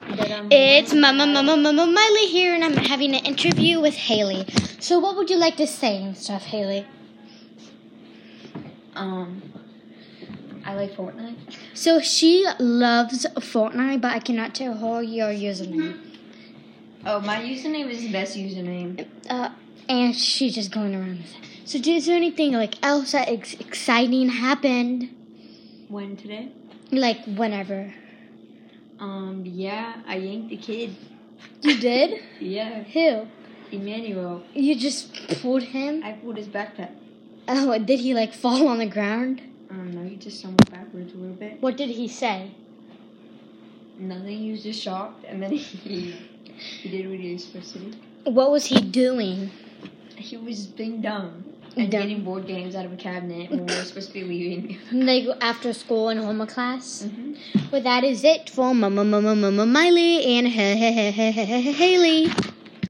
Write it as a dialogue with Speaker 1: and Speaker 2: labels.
Speaker 1: um,
Speaker 2: It's Mama, Mama, Mama Miley here, and I'm having an interview with Haley. So, what would you like to say and stuff, Haley?
Speaker 1: Um, I like Fortnite.
Speaker 2: So, she loves Fortnite, but I cannot tell her your username.
Speaker 1: Oh, my username is the best username.
Speaker 2: Uh, and she's just going around with it. So, is there anything like else that ex- exciting happened?
Speaker 1: When today?
Speaker 2: Like whenever
Speaker 1: Um, yeah, I yanked the kid.
Speaker 2: you did
Speaker 1: Yeah,
Speaker 2: who
Speaker 1: Emmanuel.
Speaker 2: you just pulled him.
Speaker 1: I pulled his backpack.
Speaker 2: Oh, did he like fall on the ground?
Speaker 1: Um, no, he just stumbled backwards a little bit.
Speaker 2: What did he say?
Speaker 1: Nothing. He was just shocked, and then he he did what he was supposed to do.
Speaker 2: What was he doing?
Speaker 1: He was being dumb and
Speaker 2: Dumb.
Speaker 1: getting board games out of a cabinet when we were supposed to be leaving.
Speaker 2: Like after school and homework class.
Speaker 1: Mhm.
Speaker 2: Well, that is it for Mama Mama Mama Miley and Haley.